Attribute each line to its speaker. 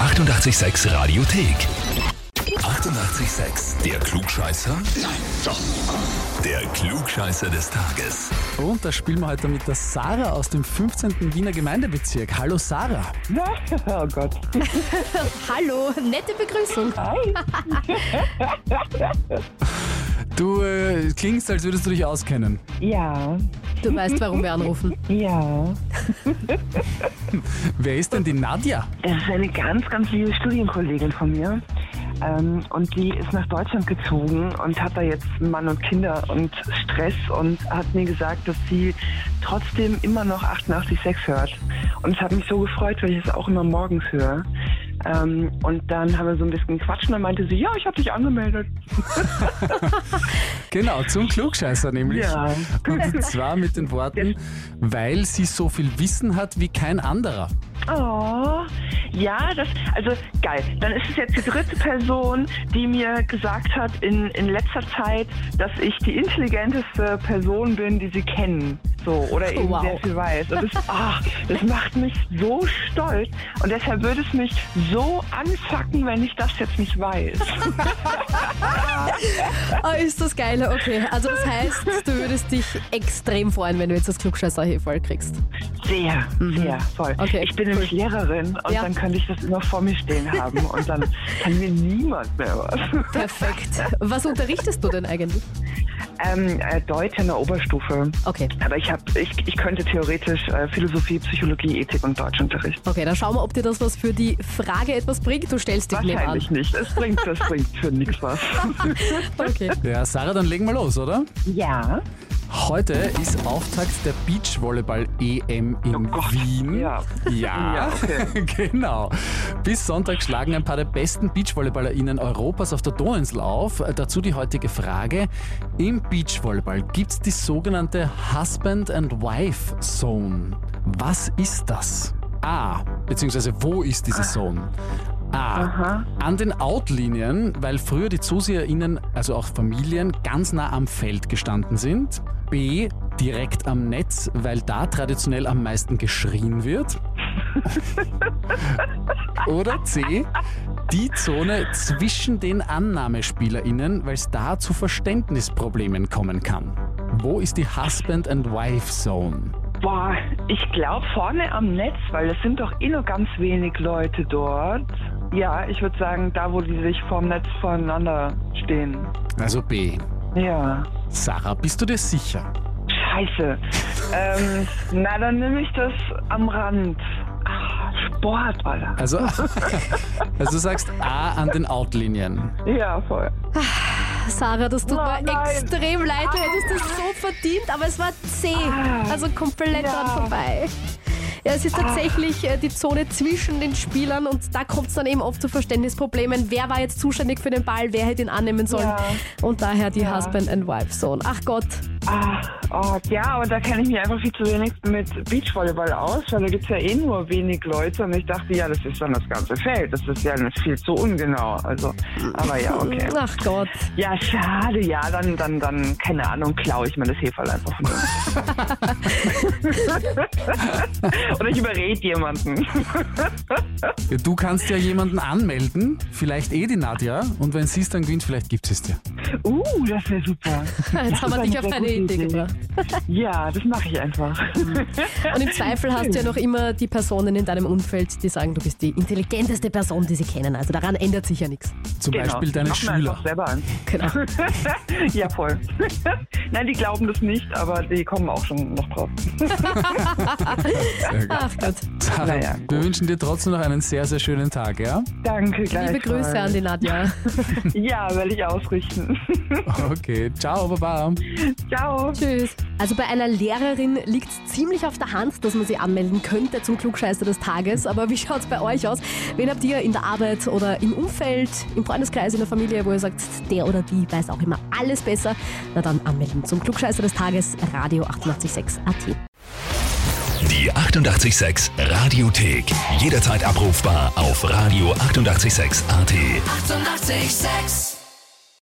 Speaker 1: 886 Radiothek. 88,6. Der Klugscheißer? Nein, doch. Der Klugscheißer des Tages.
Speaker 2: Und da spielen wir heute mit der Sarah aus dem 15. Wiener Gemeindebezirk. Hallo Sarah.
Speaker 3: Oh Gott.
Speaker 4: Hallo, nette Begrüßung.
Speaker 2: Du äh, klingst, als würdest du dich auskennen.
Speaker 3: Ja,
Speaker 4: Du weißt, warum wir anrufen.
Speaker 3: ja.
Speaker 2: Wer ist denn die Nadja?
Speaker 3: Das ist eine ganz, ganz liebe Studienkollegin von mir. Ähm, und die ist nach Deutschland gezogen und hat da jetzt Mann und Kinder und Stress und hat mir gesagt, dass sie trotzdem immer noch 88,6 hört. Und es hat mich so gefreut, weil ich es auch immer morgens höre. Ähm, und dann haben wir so ein bisschen gequatscht und dann meinte sie, ja, ich habe dich angemeldet.
Speaker 2: Genau, zum Klugscheißer nämlich.
Speaker 3: Ja.
Speaker 2: Und zwar mit den Worten, weil sie so viel Wissen hat wie kein anderer.
Speaker 3: Oh, ja, das, also geil. Dann ist es jetzt die dritte Person, die mir gesagt hat in, in letzter Zeit, dass ich die intelligenteste Person bin, die sie kennen. So, oder eben
Speaker 4: Oh, Wow.
Speaker 3: sehr viel weiß. Und das, ah, das macht mich so stolz. Und deshalb würde es mich so anfacken, wenn ich das jetzt nicht weiß.
Speaker 4: Oh, ist das geil. Okay, also das heißt, du würdest dich extrem freuen, wenn du jetzt das Klugscheißer voll kriegst.
Speaker 3: Sehr, sehr voll.
Speaker 4: Mhm. Okay,
Speaker 3: ich bin nämlich Lehrerin und
Speaker 4: Ja.
Speaker 3: dann könnte ich das immer vor mir stehen haben. Und dann kann mir niemand mehr was.
Speaker 4: Perfekt. Was unterrichtest du denn eigentlich?
Speaker 3: Ähm, äh, Deutsch in der Oberstufe.
Speaker 4: Okay,
Speaker 3: Aber ich, hab, ich, ich könnte theoretisch äh, Philosophie, Psychologie, Ethik und Deutschunterricht.
Speaker 4: okay, dann schauen wir, ob dir das was für die Frage etwas bringt. Du stellst dich nebenan.
Speaker 3: Wahrscheinlich nicht. Das bringt, das bringt für nichts was.
Speaker 4: Okay.
Speaker 2: Ja, Sarah, dann legen wir los, oder?
Speaker 3: Ja.
Speaker 2: Heute ist Auftakt der Beachvolleyball-EM in
Speaker 3: Oh Gott,
Speaker 2: Wien. Ah, Ja,
Speaker 3: ja. Ja, okay.
Speaker 2: genau. Bis Sonntag schlagen ein paar der besten BeachvolleyballerInnen Europas auf der Donauinsel auf. Äh, Dazu die heutige Frage. Im Beachvolleyball gibt es die sogenannte Husband and Wife Zone. Was ist das? A. Beziehungsweise wo ist diese Zone? A.
Speaker 3: Aha.
Speaker 2: An den Outlinien, weil früher die ZuseherInnen, also auch Familien, ganz nah am Feld gestanden sind. B. Direkt am Netz, weil da traditionell am meisten geschrien wird. Oder C. Die Zone zwischen den AnnahmespielerInnen, weil es da zu Verständnisproblemen kommen kann. Wo ist die Husband and Wife Zone?
Speaker 3: Boah, ich glaube vorne am Netz, weil es sind doch eh nur ganz wenig Leute dort. Ja, ich würde sagen, da wo die sich vorm Netz voneinander stehen.
Speaker 2: Also B.
Speaker 3: Ja.
Speaker 2: Sarah, bist du dir sicher?
Speaker 3: Scheiße. ähm, na, dann nehme ich das am Rand. Ah, Sport, Alter.
Speaker 2: Also, also du sagst A an den Outlinien.
Speaker 3: Ja, voll.
Speaker 4: Sarah, das tut
Speaker 3: Oh,
Speaker 4: mir
Speaker 3: nein.
Speaker 4: extrem leid. Du hättest das so verdient, aber es war C.
Speaker 3: Ah.
Speaker 4: Also komplett dran vorbei. Ja, es ist tatsächlich äh, die Zone zwischen den Spielern und da kommt es dann eben oft zu Verständnisproblemen. Wer war jetzt zuständig für den Ball? Wer hätte ihn annehmen sollen?
Speaker 3: Ja.
Speaker 4: Und daher die
Speaker 3: Ja.
Speaker 4: Husband and Wife Zone. Ach Gott,
Speaker 3: Ah, oh, ja, aber da kenne ich mich einfach viel zu wenig mit Beachvolleyball aus, weil da gibt's ja eh nur wenig Leute und ich dachte, ja, das ist dann das ganze Feld. Das ist ja viel zu ungenau. Also, aber ja, okay.
Speaker 4: Mm, ach Gott.
Speaker 3: Ja, schade, ja, dann, dann, dann, keine Ahnung, klaue ich mir das Heferl einfach von uns. Oder ich überrede jemanden.
Speaker 2: Ja, du kannst ja jemanden anmelden, vielleicht eh die Nadja, und wenn sie es dann gewinnt, vielleicht gibt es dir.
Speaker 3: Uh, das wäre super.
Speaker 4: Jetzt haben wir dich auf
Speaker 3: eine sehr
Speaker 4: deine
Speaker 3: gute
Speaker 4: Idee
Speaker 3: Idee.
Speaker 4: gebracht.
Speaker 3: Ja, das mache ich einfach.
Speaker 4: Und im Zweifel hast du ja noch immer die Personen in deinem Umfeld, die sagen, du bist die intelligenteste Person, die sie kennen. Also daran ändert sich ja nichts.
Speaker 2: Zum
Speaker 3: Genau.
Speaker 2: Beispiel deine
Speaker 3: Mach mir
Speaker 2: Schüler.
Speaker 3: einfach selber an.
Speaker 4: Genau.
Speaker 3: ja, voll. Nein, die glauben das nicht, aber die kommen auch schon noch drauf.
Speaker 2: Sehr gut.
Speaker 4: Ach Gott.
Speaker 2: Sarah,
Speaker 3: Naja,
Speaker 2: wir wünschen dir trotzdem noch einen sehr, sehr schönen Tag, ja?
Speaker 3: Danke, gleich.
Speaker 4: Liebe Grüße an die Nadja.
Speaker 3: Ja, werde ich ausrichten.
Speaker 2: Okay, ciao, baba.
Speaker 3: Ciao.
Speaker 4: Tschüss. Also bei einer Lehrerin liegt es ziemlich auf der Hand, dass man sie anmelden könnte zum Klugscheißer des Tages. Aber wie schaut es bei euch aus? Wen habt ihr in der Arbeit oder im Umfeld, im Freundeskreis, in der Familie, wo ihr sagt, der oder die weiß auch immer alles besser? Na dann anmelden zum Klugscheißer des Tages, Radio 886 AT.
Speaker 1: Die 88,6 Radiothek. Jederzeit abrufbar auf radio886.at. 88,6.
Speaker 5: Eighty-eight, sex.